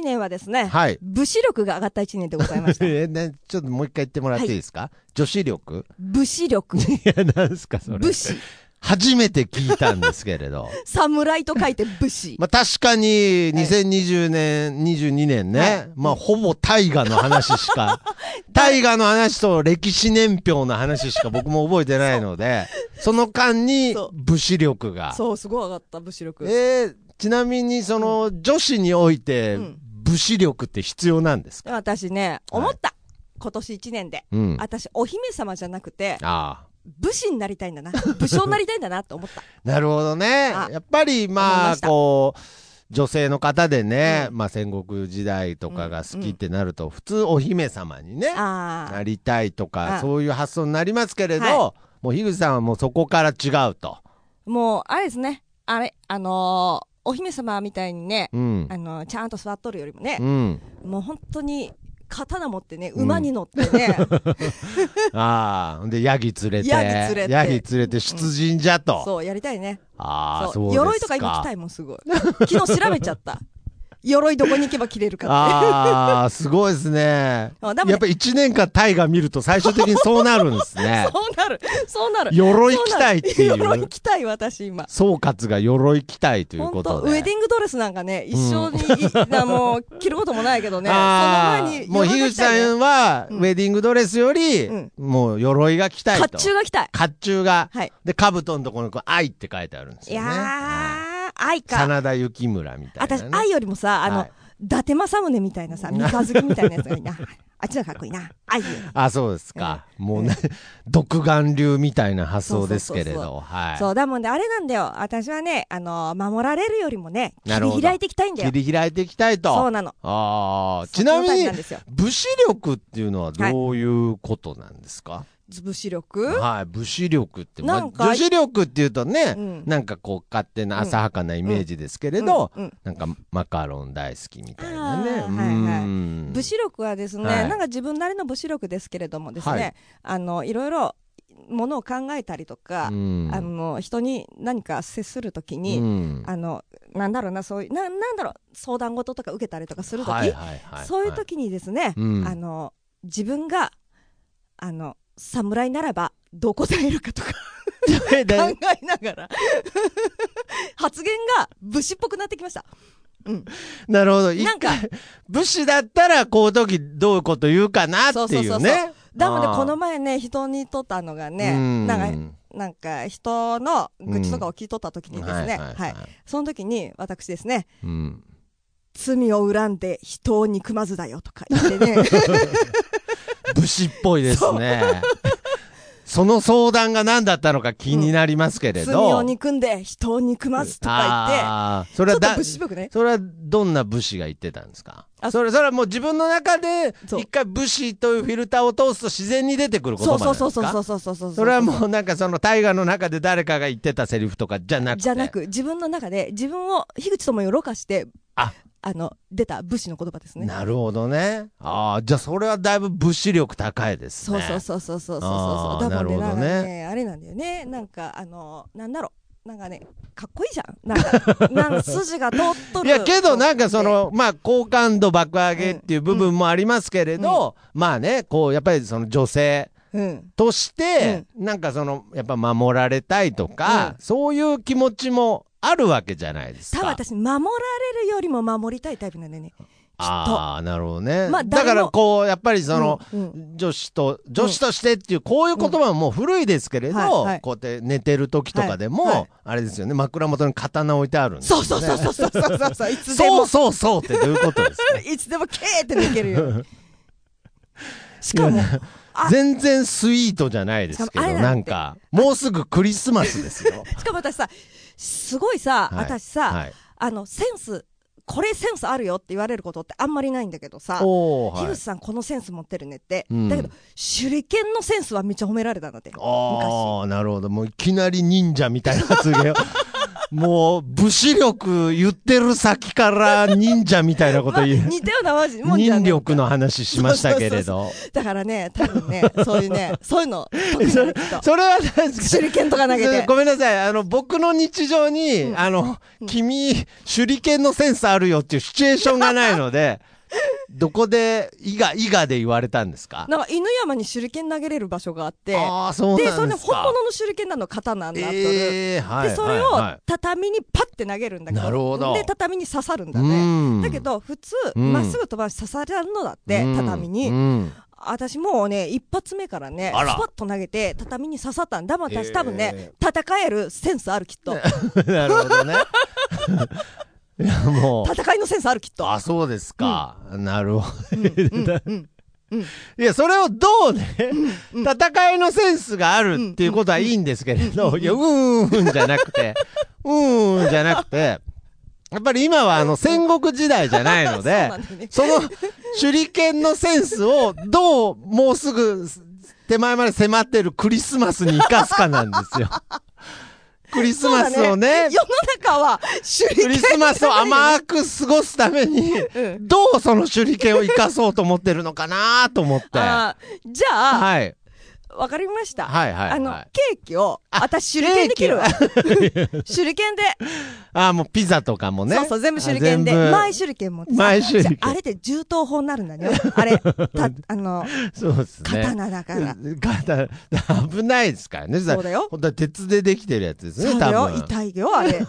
Speaker 2: 年はですね、
Speaker 3: はい
Speaker 2: 武士力が上がった1年でござい ました。
Speaker 3: えね、ちょっともう一回言ってもらっていいですか、女子力
Speaker 2: 武士力。
Speaker 3: いや、なんですか、それ
Speaker 2: 武 士。
Speaker 3: 初めて聞いたんですけれど。
Speaker 2: 侍と書いて武士。
Speaker 3: まあ確かに、2020年、22年ね、まあほぼ大河の話し か、大河の話と歴史年表の話しか僕も覚えてないので、その間に
Speaker 2: そう
Speaker 3: 武士力が。
Speaker 2: そう、すごい上がった、武士力。
Speaker 3: えーちなみにその女子において、
Speaker 2: ん
Speaker 3: 武士力って必要なんですか
Speaker 2: 私ね、思った。今年1年で。
Speaker 3: うん
Speaker 2: 私、お姫様じゃなくて、
Speaker 3: ああ。
Speaker 2: 武士になりたいんだな。武将になりたいんだなって思 った。
Speaker 3: なるほどね。
Speaker 2: あ
Speaker 3: やっぱり
Speaker 2: 思い
Speaker 3: まあ
Speaker 2: ました
Speaker 3: こう女性の方でね、まあ戦国時代とかが好きってなると、普通お姫様にね、
Speaker 2: あー
Speaker 3: なりたいとか
Speaker 2: あ
Speaker 3: そういう発想になりますけれど、
Speaker 2: は
Speaker 3: もう樋口さんはもうそこから違うと。
Speaker 2: もう、あれですね。あれ、あのーお姫様みたいにね、
Speaker 3: うん
Speaker 2: あのーちゃんと座っとるよりもね
Speaker 3: う、ん、
Speaker 2: もう本当に、刀持ってね、馬に乗って ね、
Speaker 3: ああ、で、ヤギ連れて、
Speaker 2: ヤギ連れて
Speaker 3: ヤギ連れて出陣じゃと。
Speaker 2: そう、やりたいね。
Speaker 3: ああ、
Speaker 2: そ
Speaker 3: そう
Speaker 2: う
Speaker 3: ですか。
Speaker 2: 鎧とか今着たいもんすごい昨日調べちゃった鎧どこに行けば着れるかって。
Speaker 3: ああ、すごいですね。
Speaker 2: あでもね。
Speaker 3: やっぱ一年間タイが見ると最終的にそうなるんです ね
Speaker 2: そうなる。そうなる。
Speaker 3: 鎧着たいっていう
Speaker 2: そなる鎧着たい、私今。
Speaker 3: 総括が鎧着たいという
Speaker 2: 本
Speaker 3: こと
Speaker 2: 当
Speaker 3: で。
Speaker 2: ウェディングドレスなんかね、一生に、い あもう、着ることもないけどね、その
Speaker 3: あ
Speaker 2: 前
Speaker 3: ー
Speaker 2: に、
Speaker 3: もう樋口さんは、
Speaker 2: うん
Speaker 3: ウェディングドレスより、
Speaker 2: うん
Speaker 3: もう鎧が着たい
Speaker 2: 甲
Speaker 3: と。
Speaker 2: 冑が着たい。
Speaker 3: 甲冑が。
Speaker 2: はい
Speaker 3: で、兜のところにこう、愛って書いてあるんです
Speaker 2: い
Speaker 3: よね。はい
Speaker 2: やー、愛か。
Speaker 3: 真田幸村みたいな、
Speaker 2: 私
Speaker 3: ね。、
Speaker 2: 愛よりもさ、あの、
Speaker 3: はい
Speaker 2: 伊達政宗みたい なさ、三日月みたいなやつがいいな。あっちのかっこいいな。愛より
Speaker 3: あ、そうですか。もうね、 独眼流みたいな発想ですけれ
Speaker 2: そうそうそうそ
Speaker 3: ど。はい。
Speaker 2: そう、だもんで、あれなんだよ。私はね、あの、守られるよりもね、切
Speaker 3: なるほど
Speaker 2: り開いていきたいんだよ。
Speaker 3: 切り開いていきたいと。
Speaker 2: そうなの。
Speaker 3: ああ、
Speaker 2: そ
Speaker 3: ち
Speaker 2: こが大
Speaker 3: なみ
Speaker 2: 事
Speaker 3: に
Speaker 2: なんですよ、
Speaker 3: 武士力っていうのはどういうことなんですか、
Speaker 2: 武士力
Speaker 3: はい、武士力って、まあ、
Speaker 2: なんか
Speaker 3: 女子力っていうとね、
Speaker 2: うん
Speaker 3: なんかこう勝手な浅はかなイメージですけれど、
Speaker 2: うんうん
Speaker 3: なんかマカロン大好きみたいなね。
Speaker 2: あー
Speaker 3: う
Speaker 2: はいはい
Speaker 3: ん
Speaker 2: 武士力はですね、
Speaker 3: はい
Speaker 2: なんか自分なりの武士力ですけれどもですね、
Speaker 3: はい
Speaker 2: い、あのいろいろものを考えたりとか、
Speaker 3: うん
Speaker 2: あの人に何か接するときに、
Speaker 3: うん
Speaker 2: あのなんだろうなそういうななんだろう相談事とか受けたりとかするとき、
Speaker 3: はいはいはい、
Speaker 2: そういう時にですね、
Speaker 3: うん
Speaker 2: あの自分があの侍ならばどこえるかとか
Speaker 3: は
Speaker 2: 考
Speaker 3: い
Speaker 2: え
Speaker 3: で
Speaker 2: ながら 発言が武士っぽくなってきました。うん、
Speaker 3: なるほど。一
Speaker 2: なんか
Speaker 3: 回 武士だったらこういう時どういうこと言うかなって
Speaker 2: そうそう
Speaker 3: い
Speaker 2: そううそう
Speaker 3: ね。
Speaker 2: だもんね
Speaker 3: あー
Speaker 2: この前ね人にとったのがね、
Speaker 3: うん
Speaker 2: なんかなんか人の愚痴とかを聞いとった時にですね、
Speaker 3: うん
Speaker 2: は
Speaker 3: はいいはいはい
Speaker 2: その時に私ですね、
Speaker 3: うん
Speaker 2: 罪を恨んで人を憎まずだよとか言ってね、
Speaker 3: 武士っぽいですね。その相談が何だったのか気になりますけれど。
Speaker 2: 罪を憎んで人を憎まずとか
Speaker 3: あーそれ
Speaker 2: 言って、ちょっ
Speaker 3: はだ
Speaker 2: と武士っぽくね。
Speaker 3: それはどんな武士が言ってたんですか
Speaker 2: あ
Speaker 3: それそれはもう自分の中で
Speaker 2: そう
Speaker 3: 一回武士というフィルターを通すと自然に出てくる言葉
Speaker 2: そう
Speaker 3: な
Speaker 2: ん
Speaker 3: です
Speaker 2: そう
Speaker 3: か
Speaker 2: そうそうそう
Speaker 3: う
Speaker 2: そうそうそう。
Speaker 3: それはもうなんかその大河の中で誰かが言ってたセリフとかじゃなくて
Speaker 2: じゃなく、自分の中で自分を樋口智代をろ過して、
Speaker 3: あ
Speaker 2: あの、出た武士の言葉ですね。
Speaker 3: なるほどねああじゃあそれはだいぶ武士力高いです
Speaker 2: そう
Speaker 3: ね
Speaker 2: そうそうそうそうそう
Speaker 3: あ
Speaker 2: そう。
Speaker 3: ー
Speaker 2: だもんね、な
Speaker 3: なる
Speaker 2: ん
Speaker 3: ほ
Speaker 2: か
Speaker 3: どね
Speaker 2: ね、あれなんだよね。なんか、あの、なんだろう。なんかね、かっこいいじゃん。なん か、なんか筋が通っと
Speaker 3: い
Speaker 2: る。
Speaker 3: やけどなんかそ、のまあ好感度爆上げっていう部分もありますけれど、まあねこうやっぱりその女性
Speaker 2: うん。
Speaker 3: として、なんかそのやっぱ守られたいとか、そういう気持ちもあるわけじゃないです
Speaker 2: ただ
Speaker 3: か。
Speaker 2: 私、守られるよりも守りたいタイプなんだよね。
Speaker 3: ああなるほどね、
Speaker 2: まあ
Speaker 3: だか
Speaker 2: 誰
Speaker 3: ら
Speaker 2: も
Speaker 3: こうやっぱりその、
Speaker 2: うんう
Speaker 3: 女子と女子としてっていうこういう言葉はもう古いですけれど、
Speaker 2: はいはい
Speaker 3: こうやって寝てる時とかでも、
Speaker 2: はいはい
Speaker 3: あれですよね枕元に刀置いてあるんですよ
Speaker 2: そう
Speaker 3: ね
Speaker 2: そうそうそうそうそうそうそう、いつで
Speaker 3: そ
Speaker 2: も
Speaker 3: う、そうそうってどういうことですか
Speaker 2: いつでもけーって抜けるように。しかも、 あ
Speaker 3: 全然スイートじゃないですけど
Speaker 2: しかもあれ
Speaker 3: な
Speaker 2: なん
Speaker 3: ん
Speaker 2: て
Speaker 3: かもうすぐクリスマスですよ
Speaker 2: しかも私さ、すごいさ、
Speaker 3: はい
Speaker 2: 私さ、
Speaker 3: はい
Speaker 2: あの、センス、これセンスあるよって言われることってあんまりないんだけどさ、
Speaker 3: おー
Speaker 2: 樋
Speaker 3: はい
Speaker 2: 口さんこのセンス持ってるねって、
Speaker 3: うん
Speaker 2: だけど手裏剣のセンスはめっちゃ褒められたんだって昔
Speaker 3: ああ、なるほど。もういきなり忍者みたいな発言を。 もう武士力言ってる先から忍者みたいなこと言 う。
Speaker 2: 似たようなマジもんじゃ
Speaker 3: 忍
Speaker 2: ん
Speaker 3: 力の話しましたけれど。
Speaker 2: だからね多分ねそういうねそういうの得意な
Speaker 3: そ
Speaker 2: んだ
Speaker 3: れ
Speaker 2: きっと
Speaker 3: それは何です
Speaker 2: 手裏剣とか投げ
Speaker 3: それ
Speaker 2: て
Speaker 3: ごめんなさい。あの、僕の日常に、あの、君、手裏剣のセンスあるよっていうシチュエーションがないので、どこで、伊賀、伊賀で言われたんですか
Speaker 2: なんか犬山に手裏剣投げれる場所があって
Speaker 3: ああ、そうなんで
Speaker 2: です
Speaker 3: か。
Speaker 2: それで本物の手裏剣なの刀になっとる、
Speaker 3: ええはい。
Speaker 2: でそれ
Speaker 3: はいは
Speaker 2: を
Speaker 3: い
Speaker 2: 畳にパッて投げるんだけど
Speaker 3: なるほど
Speaker 2: で畳に刺さるんだ
Speaker 3: うん
Speaker 2: ねだけど普通
Speaker 3: うん
Speaker 2: まっすぐ飛ばし刺されるのだって
Speaker 3: うん
Speaker 2: 畳に、
Speaker 3: うん
Speaker 2: 私もうね一発目からね
Speaker 3: あ
Speaker 2: ス
Speaker 3: ら
Speaker 2: パッと投げて畳に刺さったんだもん
Speaker 3: えー
Speaker 2: 私多分ね、戦えるセンスあるきっ と
Speaker 3: なるほどね。 いやもう。
Speaker 2: 戦いのセンスあるきっと
Speaker 3: あ、そうですか。なるほど。
Speaker 2: うん
Speaker 3: いや、それをどうね、戦いのセンスがあるっていうことはいいんですけれど、いや、うーん、じゃなくて、うーん、じゃなくて、やっぱり今はあの戦国時代じゃないの
Speaker 2: そう
Speaker 3: で
Speaker 2: なんだよね、
Speaker 3: その手裏剣のセンスをどうもうすぐ手前まで迫ってるクリスマスに生かすかなんですよ。クリスマスをね、
Speaker 2: 世の中は手
Speaker 3: ク
Speaker 2: 裏
Speaker 3: リ
Speaker 2: 剣
Speaker 3: スマスを甘く過ごすために、
Speaker 2: ん
Speaker 3: どうその手裏剣を生かそうと思ってるのかなと思って。は
Speaker 2: あーじゃあ、
Speaker 3: い。
Speaker 2: わかりました。
Speaker 3: はいはいは
Speaker 2: あ
Speaker 3: い
Speaker 2: の、ケーキを、私、手裏剣で切るわ。 手裏剣で。
Speaker 3: ああ、もうピザとかもね。
Speaker 2: そうそう、全部手裏剣で。
Speaker 3: あ全部
Speaker 2: 前手裏剣持ってさ。
Speaker 3: 前手裏剣
Speaker 2: じゃああれって銃刀法になるんだね。あれ、た、あの、
Speaker 3: そう ですね。
Speaker 2: 刀だから。
Speaker 3: 刀、危ないですからね。
Speaker 2: そうだよ
Speaker 3: 本当は鉄でできてるやつです
Speaker 2: そ
Speaker 3: ね、
Speaker 2: う
Speaker 3: 多
Speaker 2: だよ、
Speaker 3: 分。
Speaker 2: 痛いよ、あれ。
Speaker 3: いやい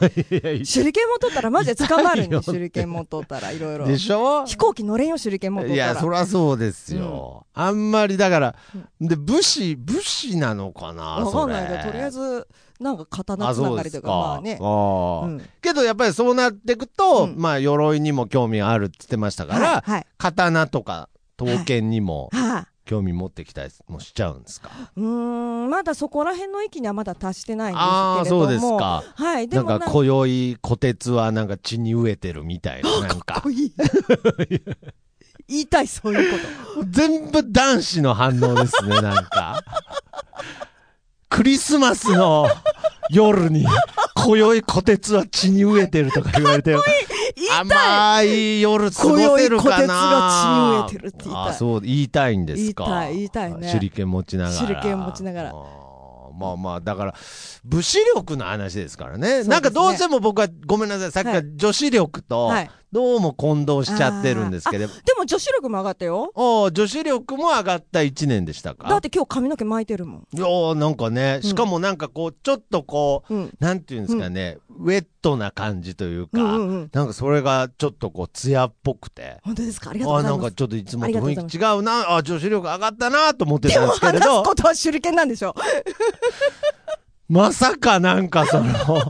Speaker 2: 手裏剣持っとったらマジで捕まるん
Speaker 3: 痛いよ
Speaker 2: で、手裏剣持っとったら、いろいろ
Speaker 3: や。でしょ
Speaker 2: 飛行機乗れんよ、手裏剣持っとっ
Speaker 3: い
Speaker 2: た
Speaker 3: や、そ
Speaker 2: ら。
Speaker 3: りゃそうですよ。あんまりだから、で、武士、武士なのかな
Speaker 2: わかんないけど、とりあえ
Speaker 3: ず、
Speaker 2: ず、なんか刀
Speaker 3: あ
Speaker 2: つながりというか、まあ
Speaker 3: そうで
Speaker 2: ね
Speaker 3: す。ああ
Speaker 2: うん
Speaker 3: けどやっぱりそうなってくと、
Speaker 2: うん
Speaker 3: まあ鎧にも興味があるって言ってましたから、
Speaker 2: はいはい
Speaker 3: 刀とか刀剣にも
Speaker 2: はい。
Speaker 3: 興味持ってきたりもしちゃうんですか、
Speaker 2: うーん、まだそこら辺の域にはまだ達してないんですけれども。
Speaker 3: ああそうですか
Speaker 2: はい、で
Speaker 3: な
Speaker 2: も
Speaker 3: ん
Speaker 2: な
Speaker 3: か今宵虎鉄はなんか血に飢えてるみたいななんか
Speaker 2: こい い言いたい、そういうこと。
Speaker 3: 全部男子の反応ですねなんかクリスマスの夜に今宵虎鉄は血に飢えてるとか言われて甘い夜過ごせる
Speaker 2: 今
Speaker 3: かな
Speaker 2: 宵虎鉄が血に飢えてるって言いたい
Speaker 3: あそう言いたいんですか
Speaker 2: 言いたい言いたいね
Speaker 3: 手裏剣持ちながら
Speaker 2: 手裏剣持ちながら
Speaker 3: あーまあまあだから武士力の話ですから
Speaker 2: す
Speaker 3: ね
Speaker 2: ね
Speaker 3: なんかどうしても僕はごめんなさいさっきか
Speaker 2: は
Speaker 3: ら女子力と
Speaker 2: はい
Speaker 3: どうも混同しちゃってるんですけれど、
Speaker 2: でも女子力も上がったよ。
Speaker 3: おー女子力も上がった1年でしたか
Speaker 2: だって今日髪の毛巻いてるもん。
Speaker 3: いやーなんかねしかもなんかこうちょっとこう、
Speaker 2: うん
Speaker 3: なんていうんですかね、ウェットな感じというか、
Speaker 2: うんうんうん
Speaker 3: なんかそれがちょっとこう艶っぽくて。
Speaker 2: 本当ですかありがとう
Speaker 3: あ
Speaker 2: ご
Speaker 3: ー
Speaker 2: ざ
Speaker 3: ないん
Speaker 2: ま
Speaker 3: か
Speaker 2: す。
Speaker 3: ちょっといつも
Speaker 2: あり
Speaker 3: と
Speaker 2: がとうござい
Speaker 3: 雰囲
Speaker 2: ます
Speaker 3: 気違うなあー女子力上がったなと思って
Speaker 2: で
Speaker 3: たん
Speaker 2: も
Speaker 3: ですけれ
Speaker 2: 話す
Speaker 3: ど
Speaker 2: ことは手裏剣なんでしょ。
Speaker 3: まさかなんかその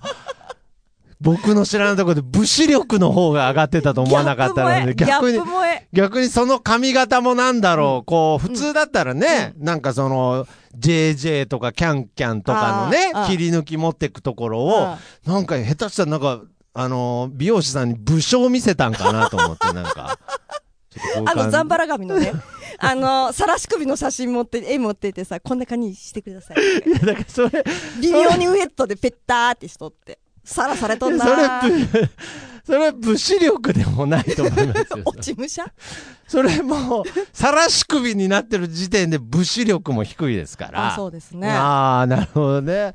Speaker 3: 僕の知らないところで武士力の方が上がってたと思わなかったので
Speaker 2: ギャップ萌
Speaker 3: 逆
Speaker 2: え
Speaker 3: に
Speaker 2: ギャップ萌え。
Speaker 3: 逆にその髪型もなんだろう、こう普通だったらね、なんかその JJ とかキャンキャンとかのね
Speaker 2: あーあー
Speaker 3: 切り抜き持ってくところ
Speaker 2: あ
Speaker 3: をなんか下手したらなんかあのー美容師さんに武将を見せたんかなと思ってなんか
Speaker 2: あ
Speaker 3: ちょっとこういう感じ
Speaker 2: の、ザンバラ髪の ね、あの、さらし首の写真持って、絵持っててさ、こんな感じにしてくだ さい。
Speaker 3: いやだからそれ
Speaker 2: 微妙にウエットでペッターってしとって、さらされとんなー。
Speaker 3: それぶそれ武士力でもないと思います よ
Speaker 2: 落ち武者
Speaker 3: それもうさらし首になってる時点で武士力も低いですから
Speaker 2: あそうですね
Speaker 3: ああなるほどね、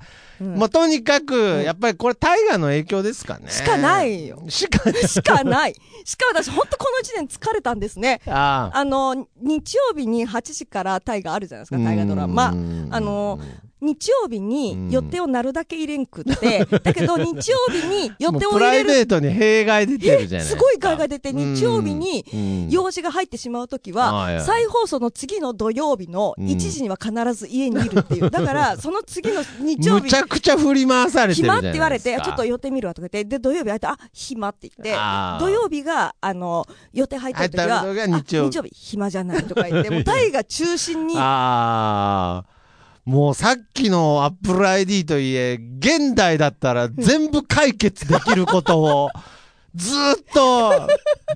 Speaker 3: まあとにかくやっぱりこれ大河の影響ですかね
Speaker 2: しかないよ
Speaker 3: し かない
Speaker 2: しかない。しかも私、ほんとこの1年疲れたんですね。
Speaker 3: ああ
Speaker 2: あの、日曜日に8時から大河あるじゃないですか、大河ドラマ。
Speaker 3: うん
Speaker 2: あの、日曜日に予定をなるだけ入れんくって、だけど日曜日に予
Speaker 3: もう
Speaker 2: 定を
Speaker 3: プ
Speaker 2: 入
Speaker 3: ラ
Speaker 2: れ
Speaker 3: イ
Speaker 2: る。
Speaker 3: ベートに弊害出てるじゃないです
Speaker 2: す
Speaker 3: か
Speaker 2: ごい害が出て、
Speaker 3: うん
Speaker 2: 日曜日に
Speaker 3: うん
Speaker 2: 用事が入ってしまうとき
Speaker 3: はいは
Speaker 2: は、
Speaker 3: い
Speaker 2: 再放送の次の土曜日の1時には必ず家にいるって いう。だから、その次の日曜日
Speaker 3: むち、ゃくちゃ振り回されてるじゃ
Speaker 2: 暇
Speaker 3: な
Speaker 2: って
Speaker 3: いですか
Speaker 2: 言われて、ちょっと予定見るわとか言って、で、土曜日入って、あ、暇って言って
Speaker 3: あ、ー
Speaker 2: 土曜日が、あの、予定入ってる時は、
Speaker 3: 入った時
Speaker 2: あ
Speaker 3: が日曜日
Speaker 2: 日曜日暇じゃないとか 言って、もうタイが中心に、
Speaker 3: ああ。もうさっきのアップル ID といえ、現代だったら全部解決できること を、ずーっと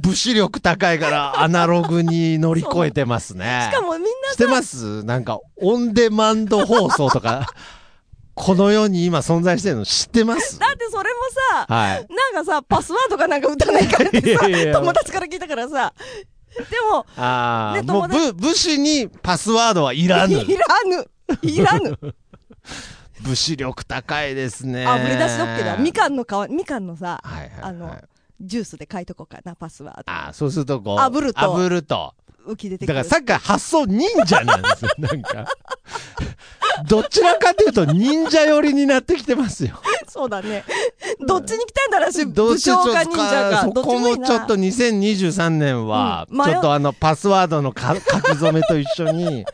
Speaker 3: 武士力高いからアナログに乗り越えてますね。
Speaker 2: しかもみんな
Speaker 3: してますなんか、オンデマンド放送とか、 この世に今存在してるの知ってます
Speaker 2: だってそれもさ、
Speaker 3: はい。
Speaker 2: なんかさ、パスワードかなんか打たないからってさ、
Speaker 3: いやいや
Speaker 2: 友達から聞いたからさ、でも、
Speaker 3: ああ、
Speaker 2: ね
Speaker 3: も
Speaker 2: 友
Speaker 3: う
Speaker 2: 達
Speaker 3: 武武士にパスワードはいらぬ。
Speaker 2: いらぬ、いらぬ。
Speaker 3: 武士力高いですね。
Speaker 2: あ、ぶり出しドッキリだ。み
Speaker 3: ん。
Speaker 2: かんの皮、みかんのさ、
Speaker 3: はいはいはい、
Speaker 2: あの、ジュースで書いとこうかな、パスワー
Speaker 3: ああ、そうするとこう。
Speaker 2: 炙ると
Speaker 3: 炙ると。
Speaker 2: ド。浮き出て
Speaker 3: だ
Speaker 2: く
Speaker 3: か
Speaker 2: る。
Speaker 3: らサッカー発想忍者なんですよ、なんか。どちらかというと忍者寄りになってきてますよ。
Speaker 2: そうだね。どっちに行きたいんだらし、
Speaker 3: ど
Speaker 2: 武
Speaker 3: っちちょ
Speaker 2: 将
Speaker 3: っと
Speaker 2: か忍者か。
Speaker 3: そ
Speaker 2: どっち
Speaker 3: こ
Speaker 2: もいい
Speaker 3: も
Speaker 2: な。
Speaker 3: ちょっと2023年は、
Speaker 2: うん迷う
Speaker 3: ちょっとあのパスワード のか書き初めと一緒に、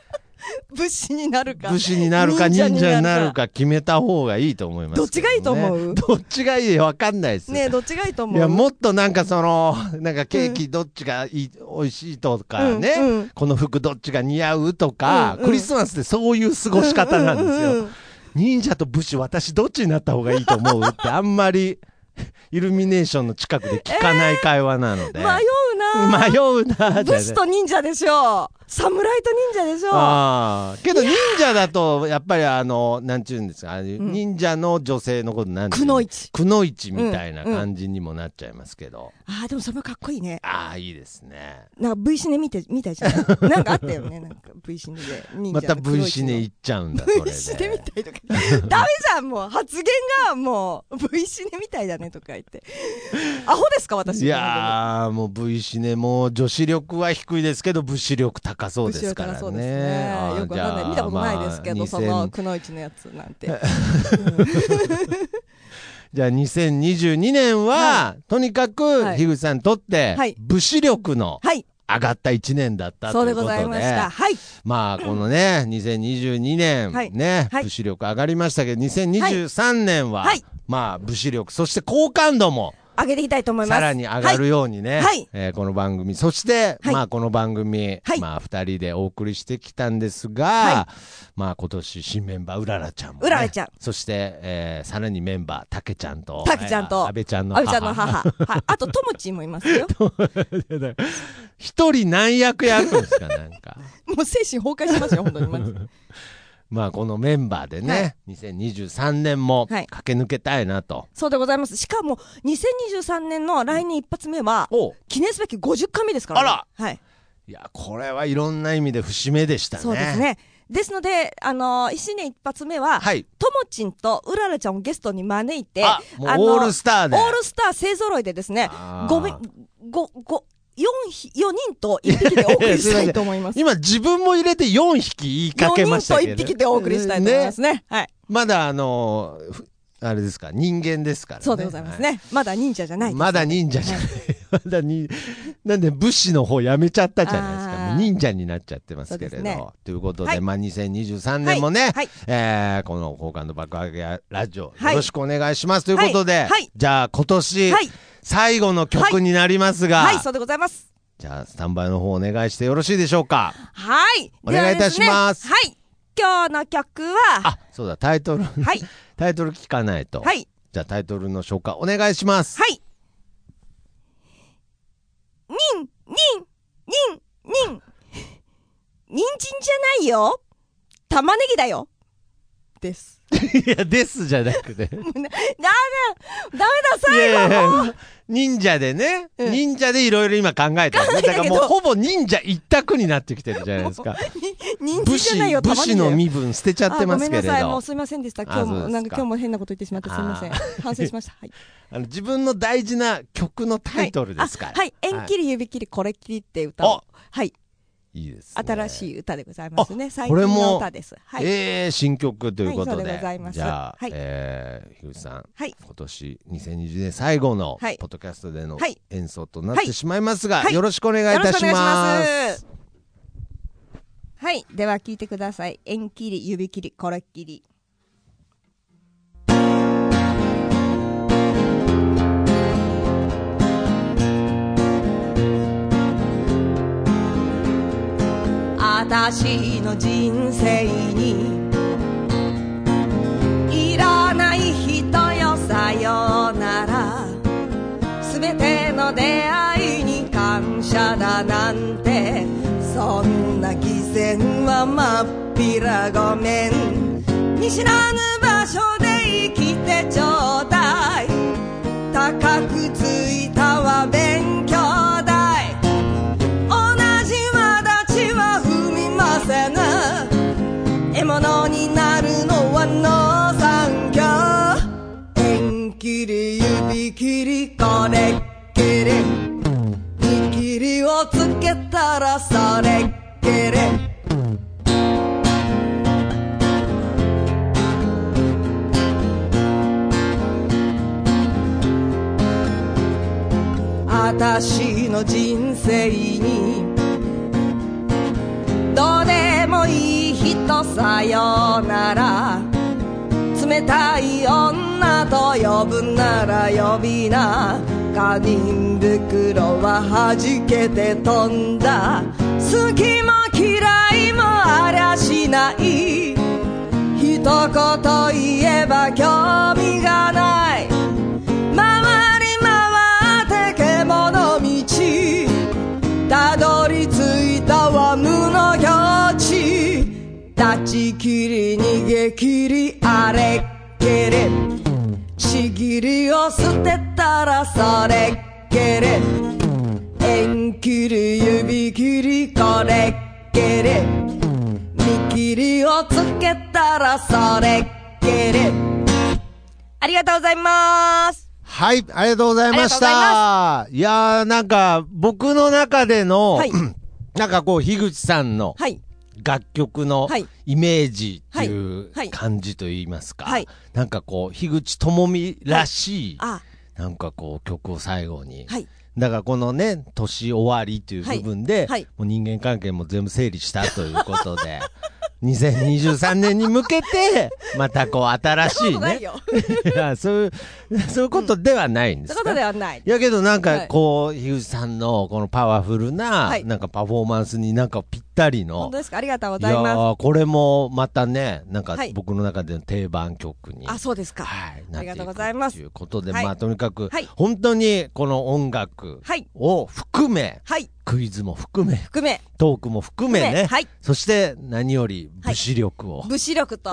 Speaker 2: 武士になるか。
Speaker 3: 武士になるか忍者になる
Speaker 2: か。
Speaker 3: か決めた方がいいと思いますけど
Speaker 2: ど
Speaker 3: ね、
Speaker 2: っちがいいと思う
Speaker 3: どっちがいいわかんないです
Speaker 2: ねえ、どっちがいいと思う
Speaker 3: いやもっとなんかその なんかケーキどっちがいい、美味しいとかね、
Speaker 2: うんうん
Speaker 3: この服どっちが似合うとか、
Speaker 2: うんうん
Speaker 3: クリスマスってそういう過ごし方なんですよ、
Speaker 2: うんうんうん
Speaker 3: 忍者と武士私どっちになった方がいいと思うってあんまり イルミネーションの近くで聞かない会話なので、
Speaker 2: 迷うな
Speaker 3: 迷うなじゃ
Speaker 2: 武士と忍者でしょう。侍と忍者でしょ
Speaker 3: ああけど忍者だとやっぱりあのなんちゅうんですかああいう忍者の女性のことなんていう
Speaker 2: くのいち
Speaker 3: くのいちみたいな感じにもなっちゃいますけど、
Speaker 2: ああでもそれもかっこいいね
Speaker 3: ああいいですね
Speaker 2: なんか V シネ見て見たじゃん なんかあったよねなんか V シネで忍
Speaker 3: ま
Speaker 2: 者
Speaker 3: た
Speaker 2: の黒い
Speaker 3: V シネ行っちゃうんだそれ
Speaker 2: V シ ネみ
Speaker 3: で
Speaker 2: たいとかダメじゃんもう発言がもう V シネみたいだねとか言ってアホですか私
Speaker 3: いやーもう V シネも女子力は低いですけど武士力高そうですからね
Speaker 2: そうですね
Speaker 3: あー
Speaker 2: よくわ
Speaker 3: じゃ
Speaker 2: かんない見たことないですけど、
Speaker 3: まあ
Speaker 2: そ
Speaker 3: 2000
Speaker 2: のくのいちのやつなん て
Speaker 3: じゃあ2022年は、とにかく
Speaker 2: はい
Speaker 3: 樋口さんにとって、
Speaker 2: はい
Speaker 3: 武士力の
Speaker 2: はい
Speaker 3: 上がった1年だった
Speaker 2: そう
Speaker 3: とい
Speaker 2: で
Speaker 3: うこ
Speaker 2: ご
Speaker 3: と
Speaker 2: ざ
Speaker 3: で
Speaker 2: いましたはい
Speaker 3: まあこの ね2022年、
Speaker 2: はい
Speaker 3: ね、
Speaker 2: はい
Speaker 3: 武士力上がりましたけど2023年は、
Speaker 2: はい
Speaker 3: まあ武士力そして好感度も
Speaker 2: 上げていきたいと思います
Speaker 3: さらに上が
Speaker 2: は
Speaker 3: るようにね、
Speaker 2: はい
Speaker 3: えーこの番組そして、
Speaker 2: はい
Speaker 3: まあこの番組、
Speaker 2: はい
Speaker 3: まあ2人でお送りしてきたんですが、
Speaker 2: は
Speaker 3: まあ今年新メンバーうららちゃんも、
Speaker 2: うららちゃん
Speaker 3: そして、えーさらにメンバーたけちゃんと
Speaker 2: たけちゃんと
Speaker 3: えー安倍ちゃんの
Speaker 2: い阿部
Speaker 3: 母
Speaker 2: ちゃんの母はいあとともちんもいます よ
Speaker 3: 一人何役やるんですかなん か。
Speaker 2: もう精神崩壊しますよ本当にマジで
Speaker 3: まあこのメンバーでね、2023年も
Speaker 2: はい
Speaker 3: 駆け抜けたいなと。
Speaker 2: そうでございますしかも2023年の来年一発目は
Speaker 3: おう
Speaker 2: 記念すべき50回目ですからね
Speaker 3: あら
Speaker 2: はい
Speaker 3: いや、これはいろんな意味で節目でしたね。
Speaker 2: そうです。ねですので、あのー、新年一発目は、
Speaker 3: はい。
Speaker 2: ともちんとうららちゃんをゲストに招いて、
Speaker 3: あ、もう
Speaker 2: あの
Speaker 3: オールスターで。
Speaker 2: オールスター勢揃いでですね
Speaker 3: あ、ー
Speaker 2: ごめん、ご、ご、4ひ、4人と1匹でお送りしたいと思います。
Speaker 3: 今自分も入れて4匹言いかけ
Speaker 2: 4
Speaker 3: まし
Speaker 2: 人
Speaker 3: た
Speaker 2: と
Speaker 3: けど。
Speaker 2: 1匹でお送りしたいと思います
Speaker 3: ね。
Speaker 2: ね。はい。
Speaker 3: まだあのーふあれですか、人間ですからね。
Speaker 2: そうでございますね。まだ忍者じゃな
Speaker 3: はいい。
Speaker 2: です。
Speaker 3: まだ忍者じゃない。 まだに、なんで武士の方やめちゃったじゃないですか。
Speaker 2: あー
Speaker 3: もう忍者になっちゃってますけれ
Speaker 2: そう
Speaker 3: ど。
Speaker 2: ですね
Speaker 3: ということで、
Speaker 2: はい
Speaker 3: まあ2023
Speaker 2: はい
Speaker 3: 年もね、
Speaker 2: はい。
Speaker 3: えー、この好感度爆上げラジオ、
Speaker 2: はい
Speaker 3: よろしくお願いしますということで、
Speaker 2: はいはい
Speaker 3: じゃあ今年、
Speaker 2: はい。
Speaker 3: 最後の曲になりますが、
Speaker 2: はい、そうでございます。
Speaker 3: じゃあスタンバイの方お願いしてよろしいでしょうか
Speaker 2: はい。
Speaker 3: お願いいたします
Speaker 2: ではですねはい。今日の曲は、
Speaker 3: あそうだタイトル
Speaker 2: はい。
Speaker 3: タイトル聞かないと、
Speaker 2: はい。
Speaker 3: じゃあタイトルの紹介お願い します、
Speaker 2: はい。にん、にん、にん、にん。人参じゃないよ。玉ねぎだよ。です。
Speaker 3: い、やですじゃなくて
Speaker 2: ダメだ、ダメだ、
Speaker 3: い
Speaker 2: 最後。
Speaker 3: やいやいや忍者でね、
Speaker 2: うん
Speaker 3: 忍者でいろいろ今考えてますね
Speaker 2: 考えた
Speaker 3: だ
Speaker 2: け
Speaker 3: か
Speaker 2: ど
Speaker 3: らもうほぼ忍者一択になってきてるじゃな いですか
Speaker 2: 人参じ
Speaker 3: 武士
Speaker 2: ゃないよ、
Speaker 3: 武
Speaker 2: 玉ね
Speaker 3: 士
Speaker 2: ぎだよ。
Speaker 3: の身分捨てちゃって
Speaker 2: あご
Speaker 3: ま
Speaker 2: め
Speaker 3: す
Speaker 2: ん
Speaker 3: けれ
Speaker 2: な
Speaker 3: ど
Speaker 2: さい、もうすみませんでした。今日
Speaker 3: あそうで
Speaker 2: も、
Speaker 3: すか
Speaker 2: なんか今日も変なこと言ってしまってすみません。
Speaker 3: あ
Speaker 2: 反省しました。はい。
Speaker 3: あの自分の大事な曲の タイトルですから。
Speaker 2: はい。あはい、縁切り、指切り、これ切りって歌を。はい。
Speaker 3: いいですね、
Speaker 2: 新しい歌でございますね。最
Speaker 3: こ
Speaker 2: 近
Speaker 3: れも
Speaker 2: の歌です。はい。
Speaker 3: えー新曲というこ
Speaker 2: はい
Speaker 3: とで。
Speaker 2: そうでございます
Speaker 3: じゃあ、
Speaker 2: はい
Speaker 3: えー、樋口さん、
Speaker 2: はい
Speaker 3: 今年2020年最後の、
Speaker 2: はい
Speaker 3: ポッドキャストでの
Speaker 2: はい
Speaker 3: 演奏となってしまいますが、
Speaker 2: はい
Speaker 3: よろしくお願いいたします。
Speaker 2: す。はい、では聞いてください。縁切り、指切り、これ切り。私の人生にいらない人よさようならすべての出会いに感謝だなんてそんな偽善はまっぴらごめん見知らぬ場所で生きてちょうだい高くついたは勉強代同じ轍は踏みませぬ獲物になるのは農産業縁切り指切りこれっきり見切りをつけたらそれっきり私の人生にどうでもいい人さようなら冷たい女と呼ぶなら呼びな他人袋は弾けて飛んだ好きも嫌いもありゃしない一言言えば興味がない回り回って獣道たどり着いたは無能断ち切り逃げ切りあれっけれちぎりを捨てたらそれっけれ縁切り指切りこれっけれ見切りをつけたらそれっけれ
Speaker 4: ありがとうございます。
Speaker 3: はい、ありがとうございまし
Speaker 4: あ
Speaker 3: た。いやー、なんか、僕の中での、
Speaker 4: はい
Speaker 3: なんかこう、樋口さんの
Speaker 4: はい。
Speaker 3: 楽曲の
Speaker 4: はい
Speaker 3: イメージっていう
Speaker 4: はいはい
Speaker 3: 感じといいますか、
Speaker 4: はい
Speaker 3: なんかこう、樋口智美らしい、
Speaker 4: あ、
Speaker 3: なんかこう、曲を最後に。
Speaker 4: はい。
Speaker 3: だからこのね、年終わりという部分で、
Speaker 4: はいはい
Speaker 3: もう人間関係も全部整理したということで、2023年に向けて、またこう、新しい
Speaker 4: そんなことな
Speaker 3: ね
Speaker 4: い、よ。
Speaker 3: いや、そういう、そういうことではないんで
Speaker 4: そ
Speaker 3: す
Speaker 4: ういうこ
Speaker 3: か、
Speaker 4: とではない。
Speaker 3: いやけどなん
Speaker 4: は
Speaker 3: か
Speaker 4: い
Speaker 3: こう、樋口さんのこのパワフルな、
Speaker 4: はい
Speaker 3: なんかパフォーマンスになんかぴったり
Speaker 4: 本
Speaker 3: の
Speaker 4: 当。ですかありがとうご
Speaker 3: い
Speaker 4: ざい
Speaker 3: や
Speaker 4: ま
Speaker 3: ーこれもまたね、なんか
Speaker 4: はい
Speaker 3: 僕の中での定番曲に。
Speaker 4: す。あ、そうですか。
Speaker 3: はい、な
Speaker 4: あ
Speaker 3: って
Speaker 4: りがと
Speaker 3: いく
Speaker 4: うございます
Speaker 3: ということで、
Speaker 4: はい
Speaker 3: まあとにかく、
Speaker 4: はい
Speaker 3: 本当にこの音楽
Speaker 4: はい。
Speaker 3: を含め、
Speaker 4: はい。
Speaker 3: クイズも含め、
Speaker 4: 含め、
Speaker 3: トークも含めね、
Speaker 4: はい
Speaker 3: そして何より武士力を。
Speaker 4: 武士力 と、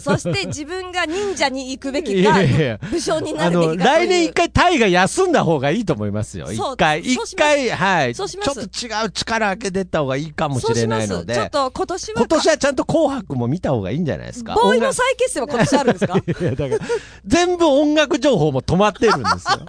Speaker 4: そして自分が忍者に行くべき
Speaker 3: い
Speaker 4: か
Speaker 3: やいやいや、
Speaker 4: 武将にな
Speaker 3: あ
Speaker 4: るべ
Speaker 3: の
Speaker 4: きかという。
Speaker 3: 来年一回タイが休んだ方がいいと思いますよ。
Speaker 4: そう
Speaker 3: 一回
Speaker 4: そうします
Speaker 3: 一回はい。ち
Speaker 4: そう
Speaker 3: ょっ
Speaker 4: します
Speaker 3: と違う力開けてった方がいいかもし
Speaker 4: そう
Speaker 3: れ
Speaker 4: しま
Speaker 3: ない
Speaker 4: す。ち
Speaker 3: ので。
Speaker 4: ょっと今年はか、
Speaker 3: 今年はちゃんと紅白も見た方がいいんじゃないですか。
Speaker 4: ボーイ
Speaker 3: 音
Speaker 4: の
Speaker 3: 楽
Speaker 4: 再結成は今年あるんですか
Speaker 3: いやだから全部音楽情報も止まってるんです よ。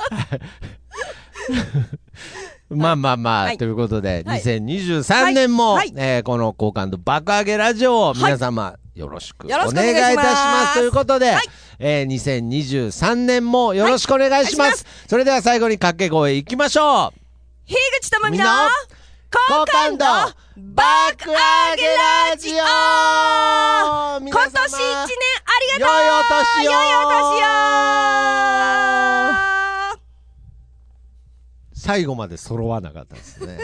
Speaker 3: まあまあまあ、
Speaker 4: はい
Speaker 3: ということで、
Speaker 4: はい
Speaker 3: 2023年も、
Speaker 4: はい
Speaker 3: えーこの好感度爆上げラジオを皆様、よろしくお
Speaker 4: よろ
Speaker 3: 願い
Speaker 4: しく
Speaker 3: い
Speaker 4: お願い
Speaker 3: た
Speaker 4: しま
Speaker 3: し
Speaker 4: す
Speaker 3: ます。ということで、
Speaker 4: はい
Speaker 3: えー2023年もよろしくお願いしま
Speaker 4: はいお願
Speaker 3: す。
Speaker 4: いし
Speaker 3: それでは最後に掛け声いきましょう。
Speaker 4: 樋口智美
Speaker 3: みん
Speaker 4: の
Speaker 3: な、
Speaker 4: 好感度
Speaker 3: 爆上げラジオ今年
Speaker 4: 今年一年ありがとう
Speaker 3: 良いお年を
Speaker 4: 良いお年を
Speaker 3: 最後まで揃わなかったですね。はい